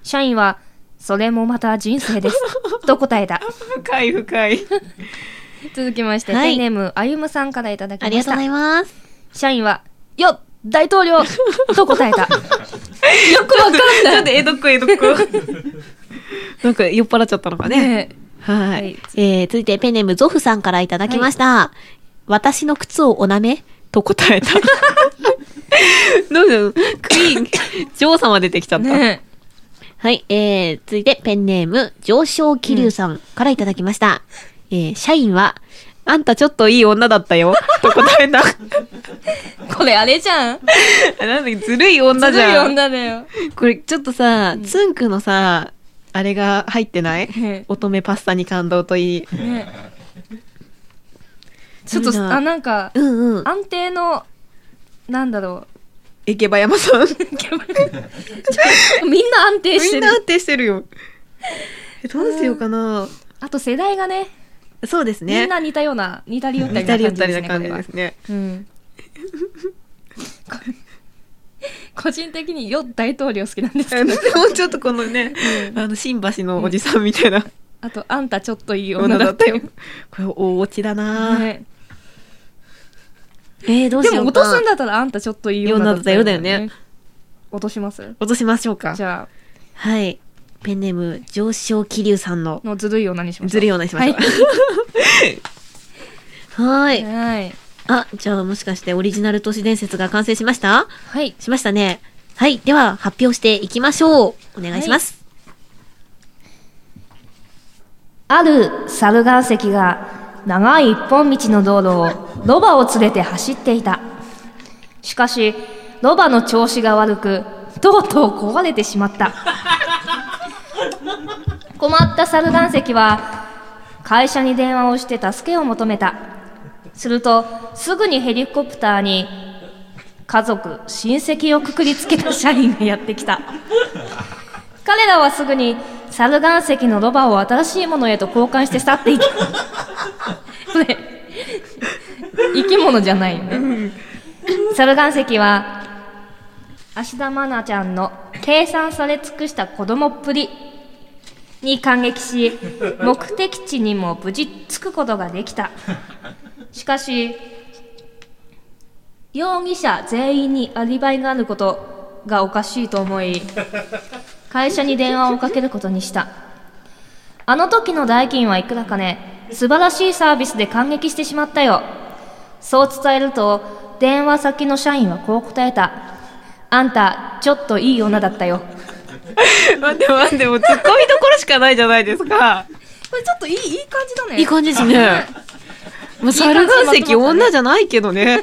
[SPEAKER 1] 社員は、それもまた人生
[SPEAKER 2] <laughs>
[SPEAKER 1] です、と答えた。
[SPEAKER 2] 深い深い。
[SPEAKER 1] 続きまして、
[SPEAKER 2] は
[SPEAKER 1] ペ
[SPEAKER 2] い
[SPEAKER 1] ンネーム、あゆむさんからいただき
[SPEAKER 2] あ
[SPEAKER 1] ま
[SPEAKER 2] りが
[SPEAKER 1] し
[SPEAKER 2] とうご
[SPEAKER 1] た
[SPEAKER 2] ざ。います。
[SPEAKER 1] 社員は、よっ大統領と答え
[SPEAKER 2] <laughs>
[SPEAKER 1] た。
[SPEAKER 2] よくわかんない。 <laughs> ちょっと江戸っ子江戸っ子。 <laughs> なんか酔っ払っちゃったのかね。
[SPEAKER 1] ね
[SPEAKER 2] はい、
[SPEAKER 1] はい
[SPEAKER 2] えー続いてペンネームゾフさんからいただきました。私の靴をおなめと答えた。 <laughs> どうぞクイー <laughs> ン、女王様出てきちゃった。
[SPEAKER 1] ね
[SPEAKER 2] はい、えー、続いてペンネーム上昇気流さんからいただきました。えー、社員は、あんたちょっといい女だったよ。と答えた。 <laughs>
[SPEAKER 1] これあれじゃん
[SPEAKER 2] なんだずるい女
[SPEAKER 1] ず
[SPEAKER 2] じ
[SPEAKER 1] るい
[SPEAKER 2] ゃん。
[SPEAKER 1] 女だよ。
[SPEAKER 2] これちょっとさ、つん、ツンクのさあれが入ってない
[SPEAKER 1] ね
[SPEAKER 2] 乙女パスタに感動といい
[SPEAKER 1] ねちょっと、
[SPEAKER 2] ずるいな
[SPEAKER 1] あ、なんか、
[SPEAKER 2] うんうん
[SPEAKER 1] 安定のなんだろ
[SPEAKER 2] <laughs> えけばやまさん
[SPEAKER 1] うみんな安定し
[SPEAKER 2] み
[SPEAKER 1] て
[SPEAKER 2] んな
[SPEAKER 1] る
[SPEAKER 2] 安定してるよえ <laughs> どうしようかな
[SPEAKER 1] あと世代がね
[SPEAKER 2] そうです
[SPEAKER 1] み
[SPEAKER 2] ね
[SPEAKER 1] んな似たような似たり寄った
[SPEAKER 2] 似
[SPEAKER 1] り
[SPEAKER 2] た
[SPEAKER 1] な
[SPEAKER 2] り寄っ
[SPEAKER 1] 感じで
[SPEAKER 2] たり
[SPEAKER 1] す
[SPEAKER 2] な
[SPEAKER 1] ねこれ
[SPEAKER 2] 感じで
[SPEAKER 1] は
[SPEAKER 2] すね
[SPEAKER 1] うんこ <laughs> 個人的によ大統領好きなんですけど
[SPEAKER 2] <laughs> あのもうちょっとこのね、あの新橋のおじさんみたいな
[SPEAKER 1] あとあんたちょっといい
[SPEAKER 2] 女
[SPEAKER 1] 女
[SPEAKER 2] だ
[SPEAKER 1] だ
[SPEAKER 2] っ
[SPEAKER 1] ったた
[SPEAKER 2] よ
[SPEAKER 1] よ、
[SPEAKER 2] これ大オチだな、
[SPEAKER 1] ね、
[SPEAKER 2] えー、どう
[SPEAKER 1] で
[SPEAKER 2] しよ
[SPEAKER 1] も
[SPEAKER 2] う
[SPEAKER 1] 落
[SPEAKER 2] か
[SPEAKER 1] とすんだったらあんたちょっといい女だった
[SPEAKER 2] いい女だったよだよね
[SPEAKER 1] 落とします
[SPEAKER 2] 落としましょうか
[SPEAKER 1] じゃ
[SPEAKER 2] はいペンネーム上昇気流さんの
[SPEAKER 1] あのずるい女にしましょう
[SPEAKER 2] ずるいようなしましょう。
[SPEAKER 1] は
[SPEAKER 2] <laughs> はーい。
[SPEAKER 1] いはい、
[SPEAKER 2] あ、じゃあもしかしてオリジナル都市伝説が完成しました
[SPEAKER 1] はい、
[SPEAKER 2] しましたね。はい。では、発表していきましょう。お願いします。
[SPEAKER 1] ある猿岩石が長い一本道の道路をロバを連れて走っていた。しかし、ロバの調子が悪く、とうとう壊れてしまった。困った猿岩石は、会社に電話をして助けを求めた。すると、すぐにヘリコプターに、家族、親戚をくくりつけた社員がやってきた。彼らはすぐに猿岩石のロバを新しいものへと交換して去っていきこれ生き物じゃないよね猿岩石は芦田愛菜ちゃんの計算され尽くした子供っぷりに感激し目的地にも無事着くことができたしかし容疑者全員にアリバイがあることがおかしいと思い会社に電話をかけることにしたあの時の代金はいくらかね素晴らしいサービスで感激してしまったよそう伝えると電話先の社員はこう答えたあんたちょっといい女だったよ
[SPEAKER 2] 待って待って、もうツッコミどころしかないじゃないですか。
[SPEAKER 1] これちょっといいいい感じだね
[SPEAKER 2] <laughs> いい感じですね。 <laughs> もう猿岩石女じゃないけどね。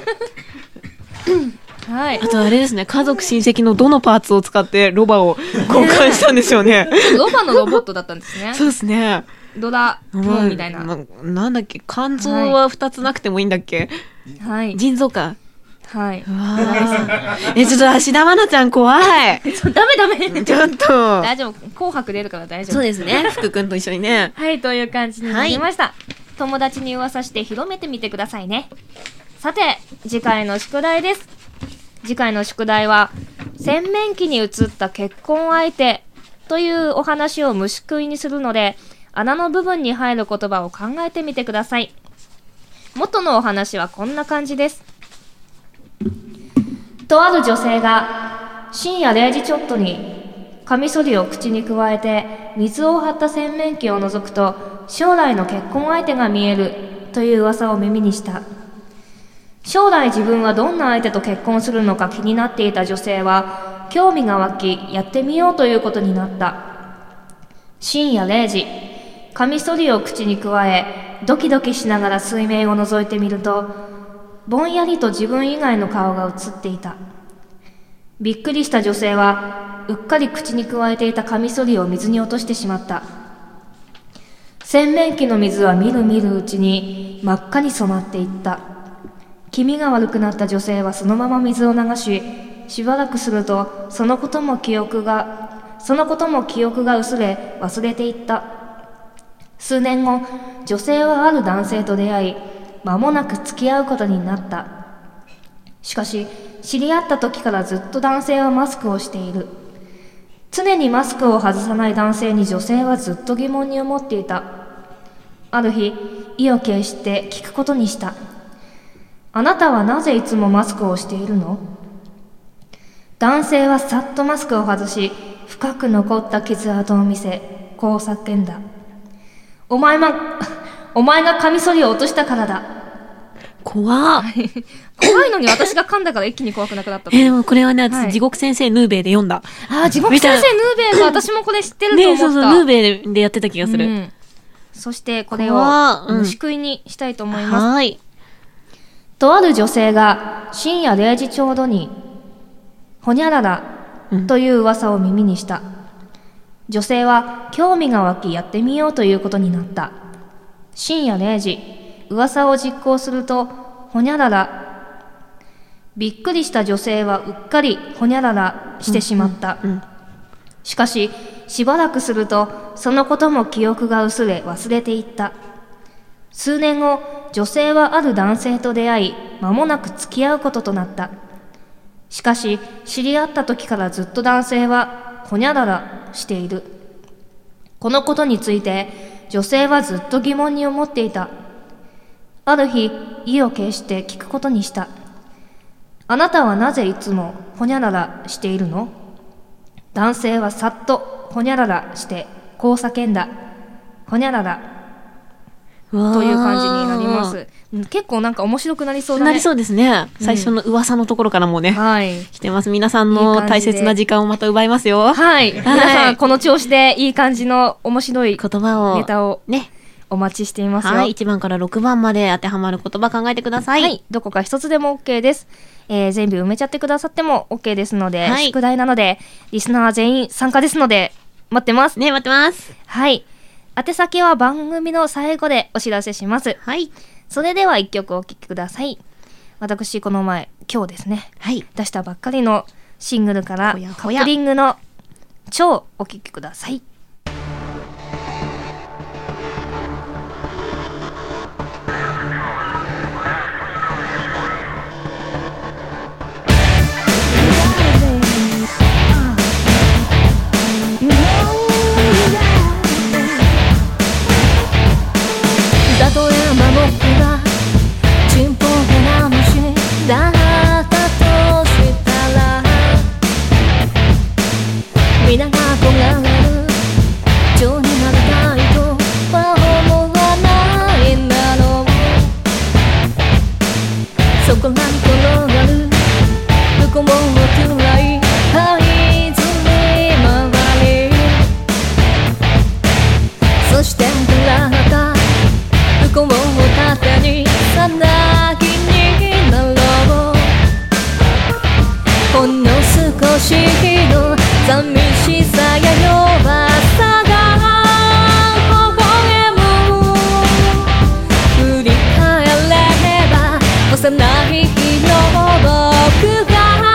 [SPEAKER 1] はい
[SPEAKER 2] あとあれですね、家族親戚のどのパーツを使ってロバを交換したんでしょう <laughs> ね。
[SPEAKER 1] ロバのロボットだったんです <laughs> ね
[SPEAKER 2] そうですね。
[SPEAKER 1] ドラモンみたいな
[SPEAKER 2] ななんだっけ、肝臓は2つなくてもいいんだっけ、
[SPEAKER 1] はい
[SPEAKER 2] 腎臓か。。
[SPEAKER 1] はいう
[SPEAKER 2] わーえ、ちょっと芦田愛菜ちゃん怖い。
[SPEAKER 1] ダメダメ
[SPEAKER 2] ちょっ
[SPEAKER 1] <laughs>
[SPEAKER 2] と。
[SPEAKER 1] 大丈夫。紅白出るから大丈夫。
[SPEAKER 2] <laughs> そうですね。福くんと一緒にね。
[SPEAKER 1] はい、という感じになりました。友達に噂して広めてみてくださいね。さて、次回の宿題です。次回の宿題は、洗面器に移った結婚相手というお話を虫食いにするので、穴の部分に入る言葉を考えてみてください。元のお話はこんな感じです。とある女性が深夜0時ちょっとにカミソリを口にくわえて水を張った洗面器を覗くと将来の結婚相手が見えるという噂を耳にした将来自分はどんな相手と結婚するのか気になっていた女性は興味が湧きやってみようということになった深夜0時カミソリを口にくわえドキドキしながら水面を覗いてみるとぼんやりと自分以外の顔が映っていたびっくりした女性はうっかり口にくわえていたカミソリを水に落としてしまった洗面器の水はみるみるうちに真っ赤に染まっていった気味が悪くなった女性はそのまま水を流ししばらくするとそのことも記憶がそのことも記憶が薄れ忘れていった数年後女性はある男性と出会い間もなく付き合うことになったしかし知り合った時からずっと男性はマスクをしている常にマスクを外さない男性に女性はずっと疑問に思っていたある日意を決して聞くことにしたあなたはなぜいつもマスクをしているの男性はさっとマスクを外し深く残った傷跡を見せこう叫んだお前ま、お前がカミソリを落としたからだ。
[SPEAKER 2] 怖っ
[SPEAKER 1] 怖いのに私が噛んだから一気に怖くなくなった。
[SPEAKER 2] え、でもこれはね、
[SPEAKER 1] は
[SPEAKER 2] 私、
[SPEAKER 1] い
[SPEAKER 2] 地獄先生ヌーベイで読んだ。
[SPEAKER 1] あー、地獄先生ヌーベイが私もこれ知ってると思
[SPEAKER 2] ね
[SPEAKER 1] っ
[SPEAKER 2] そうそう、
[SPEAKER 1] た。
[SPEAKER 2] ヌーベイでやってた気がす
[SPEAKER 1] う
[SPEAKER 2] る。
[SPEAKER 1] んそしてこれを
[SPEAKER 2] 怖っうん
[SPEAKER 1] 虫食いにしたいと思います。
[SPEAKER 2] はーい。
[SPEAKER 1] とある女性が深夜0時ちょうどに、ほにゃららという噂を耳にした。女性は興味が湧きやってみようということになった。深夜0時、噂を実行すると、ほにゃらら。びっくりした女性はうっかりほにゃららしてしまった。
[SPEAKER 2] うん。
[SPEAKER 1] しかし、しばらくすると、そのことも記憶が薄れ忘れていった。数年後、女性はある男性と出会い、間もなく付き合うこととなった。しかし、知り合った時からずっと男性は、ほにゃららしている。このことについて、女性はずっと疑問に思っていた。ある日、意を決して聞くことにした。あなたはなぜいつも、ほにゃららしているの男性はさっとほにゃららしてこう叫んだほにゃららという感じになりますうん結構なんか面白くなりそうだね
[SPEAKER 2] なりそうですね。最初の噂のところからもうね、
[SPEAKER 1] はい
[SPEAKER 2] 来てます。皆さんの大切な時間をまた奪いますよ。
[SPEAKER 1] はい皆さんこの調子でいい感じの面白い
[SPEAKER 2] 言葉を。
[SPEAKER 1] ネタを
[SPEAKER 2] ね。
[SPEAKER 1] お待ちしていますよ
[SPEAKER 2] はい。1番から6番まで当てはまる言葉考えてください。
[SPEAKER 1] はい。どこか一つでも OK です。えー全部埋めちゃってくださっても OK ですので、
[SPEAKER 2] はい
[SPEAKER 1] 宿題なのでリスナー全員参加ですので待ってます
[SPEAKER 2] ね、待ってます。
[SPEAKER 1] はい宛先は番組の最後でお知らせします
[SPEAKER 2] はい。
[SPEAKER 1] それでは一曲お聴きください。私、この前、今日ですね、
[SPEAKER 2] はい。
[SPEAKER 1] 出したばっかりのシングルから
[SPEAKER 2] ほや、
[SPEAKER 1] カ
[SPEAKER 2] ほや
[SPEAKER 1] ップリングの超お聴きください。
[SPEAKER 3] たとえ守がチンポが虫だったとしたら皆が憧れる蝶になりたいとは思わないんだろうそこらに転がるどこも落くらいはいずり回りそしてぶらった向こうを盾にさなぎになろうほんの少しの寂しさや弱さが微笑む振り返れば幼い日の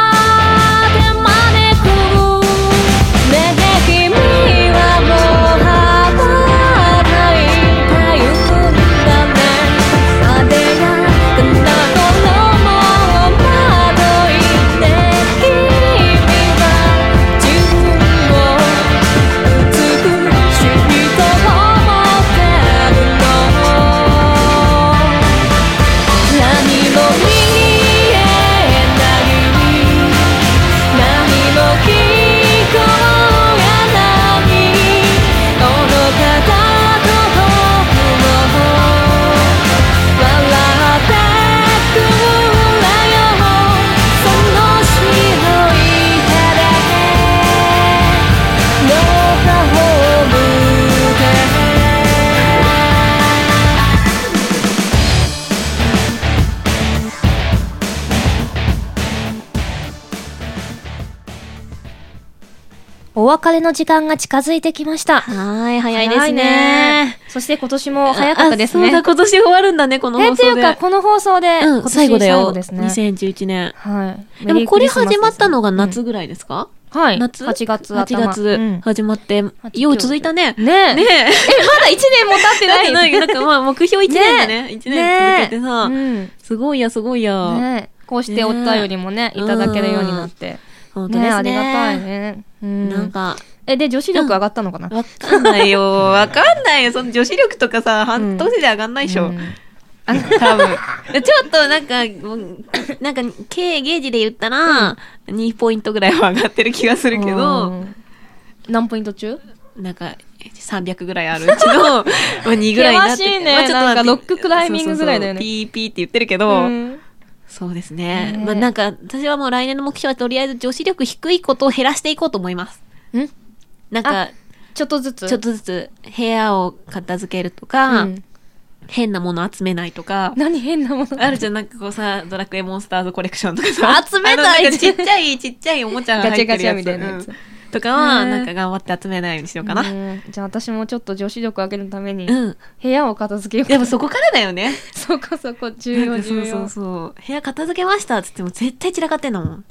[SPEAKER 1] お別れの時間が近づいてきました。
[SPEAKER 2] はい、早いで
[SPEAKER 1] 早
[SPEAKER 2] すね。。
[SPEAKER 1] そして今年も早かったですね。
[SPEAKER 2] あそうだ、今年終わるんだね、この
[SPEAKER 1] え、
[SPEAKER 2] 放
[SPEAKER 1] ってい
[SPEAKER 2] 送
[SPEAKER 1] う
[SPEAKER 2] で。
[SPEAKER 1] か、この放送で、
[SPEAKER 2] う
[SPEAKER 1] 今
[SPEAKER 2] ん、
[SPEAKER 1] 年
[SPEAKER 2] 最後だよ。
[SPEAKER 1] ですね。
[SPEAKER 2] 2011年。
[SPEAKER 1] はい。
[SPEAKER 2] でもこれ始まったのが
[SPEAKER 1] う
[SPEAKER 2] 夏
[SPEAKER 1] ん
[SPEAKER 2] ぐらいですか、
[SPEAKER 1] はい。
[SPEAKER 2] 夏
[SPEAKER 1] 8月
[SPEAKER 2] ?8
[SPEAKER 1] 頭。うん
[SPEAKER 2] 月始まって、よう続いたね。
[SPEAKER 1] ねえ。
[SPEAKER 2] ね
[SPEAKER 1] え、
[SPEAKER 2] え。
[SPEAKER 1] まだ1年も経って
[SPEAKER 2] <laughs>
[SPEAKER 1] ない。
[SPEAKER 2] なんか、なんかまあ目標1年だね。1年続けてさ、
[SPEAKER 1] ね
[SPEAKER 2] すごいや、すごい
[SPEAKER 1] え
[SPEAKER 2] や。
[SPEAKER 1] うんねえこうしてお便りもね、い
[SPEAKER 2] ねえ
[SPEAKER 1] ただけるようになって。
[SPEAKER 2] 本当
[SPEAKER 1] ね
[SPEAKER 2] で
[SPEAKER 1] え
[SPEAKER 2] すね。
[SPEAKER 1] ありがたい。ね。うん
[SPEAKER 2] なんか、
[SPEAKER 1] え、で、女子力上がったのかな
[SPEAKER 2] わかんな
[SPEAKER 1] <laughs>
[SPEAKER 2] いよ。わかんないよ。その女子力とかさ、半年で上がんないでし
[SPEAKER 1] う
[SPEAKER 2] ょ。
[SPEAKER 1] ん
[SPEAKER 2] あの多分。ちょっとなんか、もうなんか、計ゲージで言ったら、2ポイントぐらいは上がってる気がするけ
[SPEAKER 1] う
[SPEAKER 2] ど、
[SPEAKER 1] ん何ポイント中
[SPEAKER 2] なんか、300ぐらいあるうちの、まあ2ぐらいになって。
[SPEAKER 1] 険しいね
[SPEAKER 2] まあちょっと
[SPEAKER 1] なんかロッククライミングぐらいだよね
[SPEAKER 2] そうそうそうピーピーって言ってるけど、
[SPEAKER 1] うん
[SPEAKER 2] そうですね。
[SPEAKER 1] ねえ
[SPEAKER 2] まあなんか、私はもう来年の目標はとりあえず女子力低いことを減らしていこうと思います。
[SPEAKER 1] ん
[SPEAKER 2] なんか、
[SPEAKER 1] ちょっとずつ
[SPEAKER 2] ちょっとずつ部屋を片付けるとか、
[SPEAKER 1] うん
[SPEAKER 2] 変なもの集めないとか、
[SPEAKER 1] 何変なもの
[SPEAKER 2] あるじゃん、なんかこうさ、ドラクエモンスターズコレクションとかさ。
[SPEAKER 1] <laughs> 集めたい
[SPEAKER 2] あのんかちっちゃい、ちっちゃいおもちゃが入ってるや
[SPEAKER 1] ガ
[SPEAKER 2] つ。
[SPEAKER 1] チャガチャみたいなやつ
[SPEAKER 2] うんとかは、
[SPEAKER 1] ねえ
[SPEAKER 2] なんか頑張って集めないようにしようかな。う
[SPEAKER 1] うんじゃあ私もちょっと女子力上げるために、
[SPEAKER 2] ん。
[SPEAKER 1] 部屋を片付けよう
[SPEAKER 2] でもそこからだよね。
[SPEAKER 1] <laughs> そこそこ重要
[SPEAKER 2] なんかそ
[SPEAKER 1] 重
[SPEAKER 2] うそ
[SPEAKER 1] 要
[SPEAKER 2] うそう。部屋片付けましたっつっても絶対散らかってんだもん。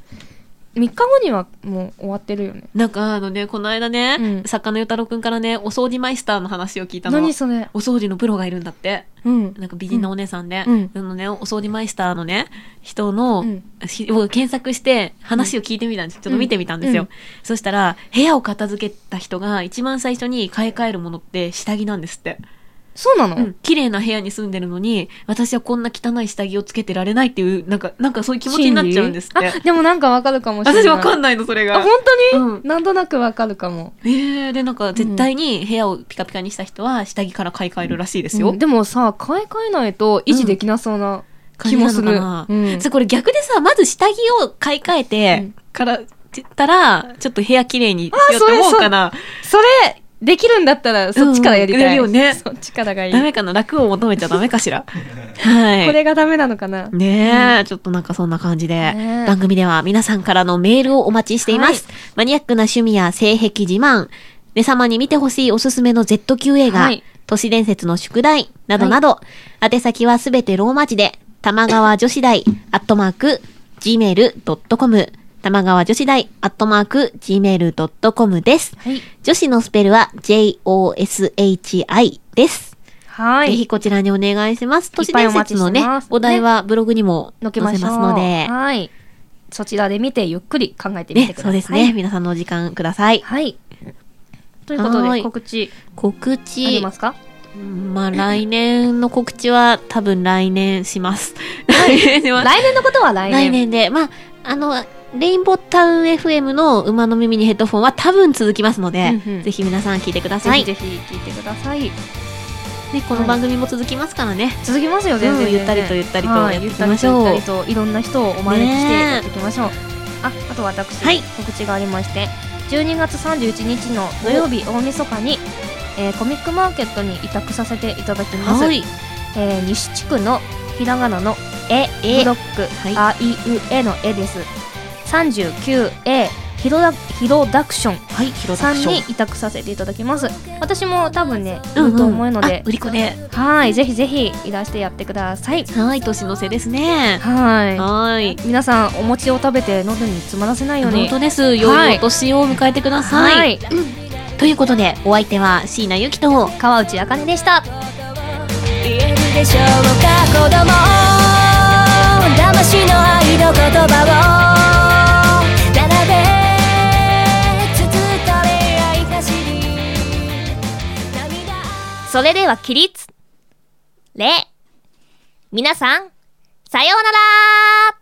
[SPEAKER 1] 3日後にはもう終わってるよね
[SPEAKER 2] なんかあのね、この間ね、
[SPEAKER 1] うん
[SPEAKER 2] 作家のゆうたろうくんからね、お掃除マイスターの話を聞いたの。
[SPEAKER 1] 何それ
[SPEAKER 2] お掃除のプロがいるんだって。
[SPEAKER 1] うん
[SPEAKER 2] なんか美人なお姉さんで、
[SPEAKER 1] うん
[SPEAKER 2] あのね、お掃除マイスターのね、人
[SPEAKER 1] う
[SPEAKER 2] の、
[SPEAKER 1] ん
[SPEAKER 2] ひを検索して話を聞いてみたんです。ちょっと見てみたんですよ。
[SPEAKER 1] うん
[SPEAKER 2] そしたら、部屋を片付けた人が一番最初に買い替えるものって下着なんですって。
[SPEAKER 1] そうなの、
[SPEAKER 2] うん。綺麗な部屋に住んでるのに、私はこんな汚い下着をつけてられないっていう、なんか、なんかそういう気持ちになっちゃうんですって。
[SPEAKER 1] あでもなんかわかるかもしれない
[SPEAKER 2] 私わかん
[SPEAKER 1] ない
[SPEAKER 2] ないの、それ
[SPEAKER 1] あ
[SPEAKER 2] が。
[SPEAKER 1] 本当に、
[SPEAKER 2] うん
[SPEAKER 1] なんとなくわかるかも
[SPEAKER 2] えー、で、なんか絶対に部屋をピカピカにした人は下着から買い替えるらしいですよ。
[SPEAKER 1] うんでもさ買い替えないと維持できなそうな気もする、
[SPEAKER 2] 感じなのか
[SPEAKER 1] うん
[SPEAKER 2] そうこれ逆でさ、まず下着を買い替えて、
[SPEAKER 1] うん
[SPEAKER 2] から、って言ったら、ちょっと部屋きれいにしようと思うかな。
[SPEAKER 1] それできるんだったらそっちからやりたい、
[SPEAKER 2] うんやるよ
[SPEAKER 1] <laughs>
[SPEAKER 2] ね
[SPEAKER 1] そっちからがいい
[SPEAKER 2] ダメかな楽を求めちゃダメか
[SPEAKER 1] <laughs>
[SPEAKER 2] しら。はい。
[SPEAKER 1] これがダメなのかな、
[SPEAKER 2] ねえ、ちょっとなんかそんな感じで、
[SPEAKER 1] ねえ
[SPEAKER 2] 番組では皆さんからのメールをお待ちしています。マニアックな趣味や性癖自慢、目様に見てほしいおすすめの Z 級映画、
[SPEAKER 1] はい
[SPEAKER 2] 都市伝説の宿題、などなど、宛先はすべてローマ字で、玉川女子大、アットマーク、gmail.com、玉川女子大、アットマーク、gmail.com です。
[SPEAKER 1] はい
[SPEAKER 2] 女子のスペルは joshi です。
[SPEAKER 1] は
[SPEAKER 2] ぜ
[SPEAKER 1] い
[SPEAKER 2] ひこちらにお願いします。都
[SPEAKER 1] い
[SPEAKER 2] 市
[SPEAKER 1] っぱい
[SPEAKER 2] 伝
[SPEAKER 1] お待
[SPEAKER 2] 説
[SPEAKER 1] ちし
[SPEAKER 2] の
[SPEAKER 1] て
[SPEAKER 2] ね
[SPEAKER 1] ます、
[SPEAKER 2] お題はブログにも
[SPEAKER 1] のけ
[SPEAKER 2] 載せ
[SPEAKER 1] ま
[SPEAKER 2] ます
[SPEAKER 1] しょう
[SPEAKER 2] ので、
[SPEAKER 1] はいそちらで見てゆっくり考えてみて
[SPEAKER 2] ね、
[SPEAKER 1] くださ
[SPEAKER 2] そ
[SPEAKER 1] い、
[SPEAKER 2] うですね。皆さんのお時間ください。
[SPEAKER 1] はいということ
[SPEAKER 2] は
[SPEAKER 1] で
[SPEAKER 2] い
[SPEAKER 1] 告知
[SPEAKER 2] 告
[SPEAKER 1] あり
[SPEAKER 2] 知、
[SPEAKER 1] ますか
[SPEAKER 2] まあ来年の告知は多分来年します。来年 <laughs> します
[SPEAKER 1] 来年のことは来
[SPEAKER 2] 来
[SPEAKER 1] 年
[SPEAKER 2] 年で、まあ、あの、レインボータウン FM の馬の耳にヘッドフォンは多分続きますので、
[SPEAKER 1] うんうん
[SPEAKER 2] ぜひ皆さん聞いてくだ
[SPEAKER 1] ぜ
[SPEAKER 2] さい。
[SPEAKER 1] ひぜひ聞いてください、
[SPEAKER 2] ね、この番組も続きますからね。
[SPEAKER 1] 続きますよ全然
[SPEAKER 2] うんゆったりとゆったりと
[SPEAKER 1] はい
[SPEAKER 2] やっていきましょう
[SPEAKER 1] ゆったりとゆったりといろんな人をお招きして
[SPEAKER 2] ねえ
[SPEAKER 1] やっていきましょう、ああと私、
[SPEAKER 2] はい
[SPEAKER 1] 告知がありまして12月31日の土曜日大晦日に、えーコミックマーケットに委託させていただきます、
[SPEAKER 2] はい。
[SPEAKER 1] えー西地区のひらがなの「え」
[SPEAKER 2] え
[SPEAKER 1] ブロック「
[SPEAKER 2] は
[SPEAKER 1] あいうえ」の「え」です 39A ヒロダヒロダクション
[SPEAKER 2] はい、ひろ
[SPEAKER 1] さ
[SPEAKER 2] た
[SPEAKER 1] ん
[SPEAKER 2] くしょ
[SPEAKER 1] に委託させていただきます私も多分ねい
[SPEAKER 2] んん
[SPEAKER 1] ると思うので
[SPEAKER 2] あ、売り子で。
[SPEAKER 1] はいぜひぜひいらしてやってください
[SPEAKER 2] はい、年の瀬ですね。
[SPEAKER 1] はい
[SPEAKER 2] はい。
[SPEAKER 1] 皆さんお餅を食べて喉に詰まらせないよう
[SPEAKER 2] 本
[SPEAKER 1] に
[SPEAKER 2] 当です。良いお年を迎えてください。
[SPEAKER 1] はい
[SPEAKER 2] ということで、お相手は椎名ゆきと、
[SPEAKER 1] 川内あかねでした
[SPEAKER 3] 言えるでしょうか子供騙しの愛の言葉を並べつつと恋愛走り涙
[SPEAKER 1] それでは起立礼皆さんさようなら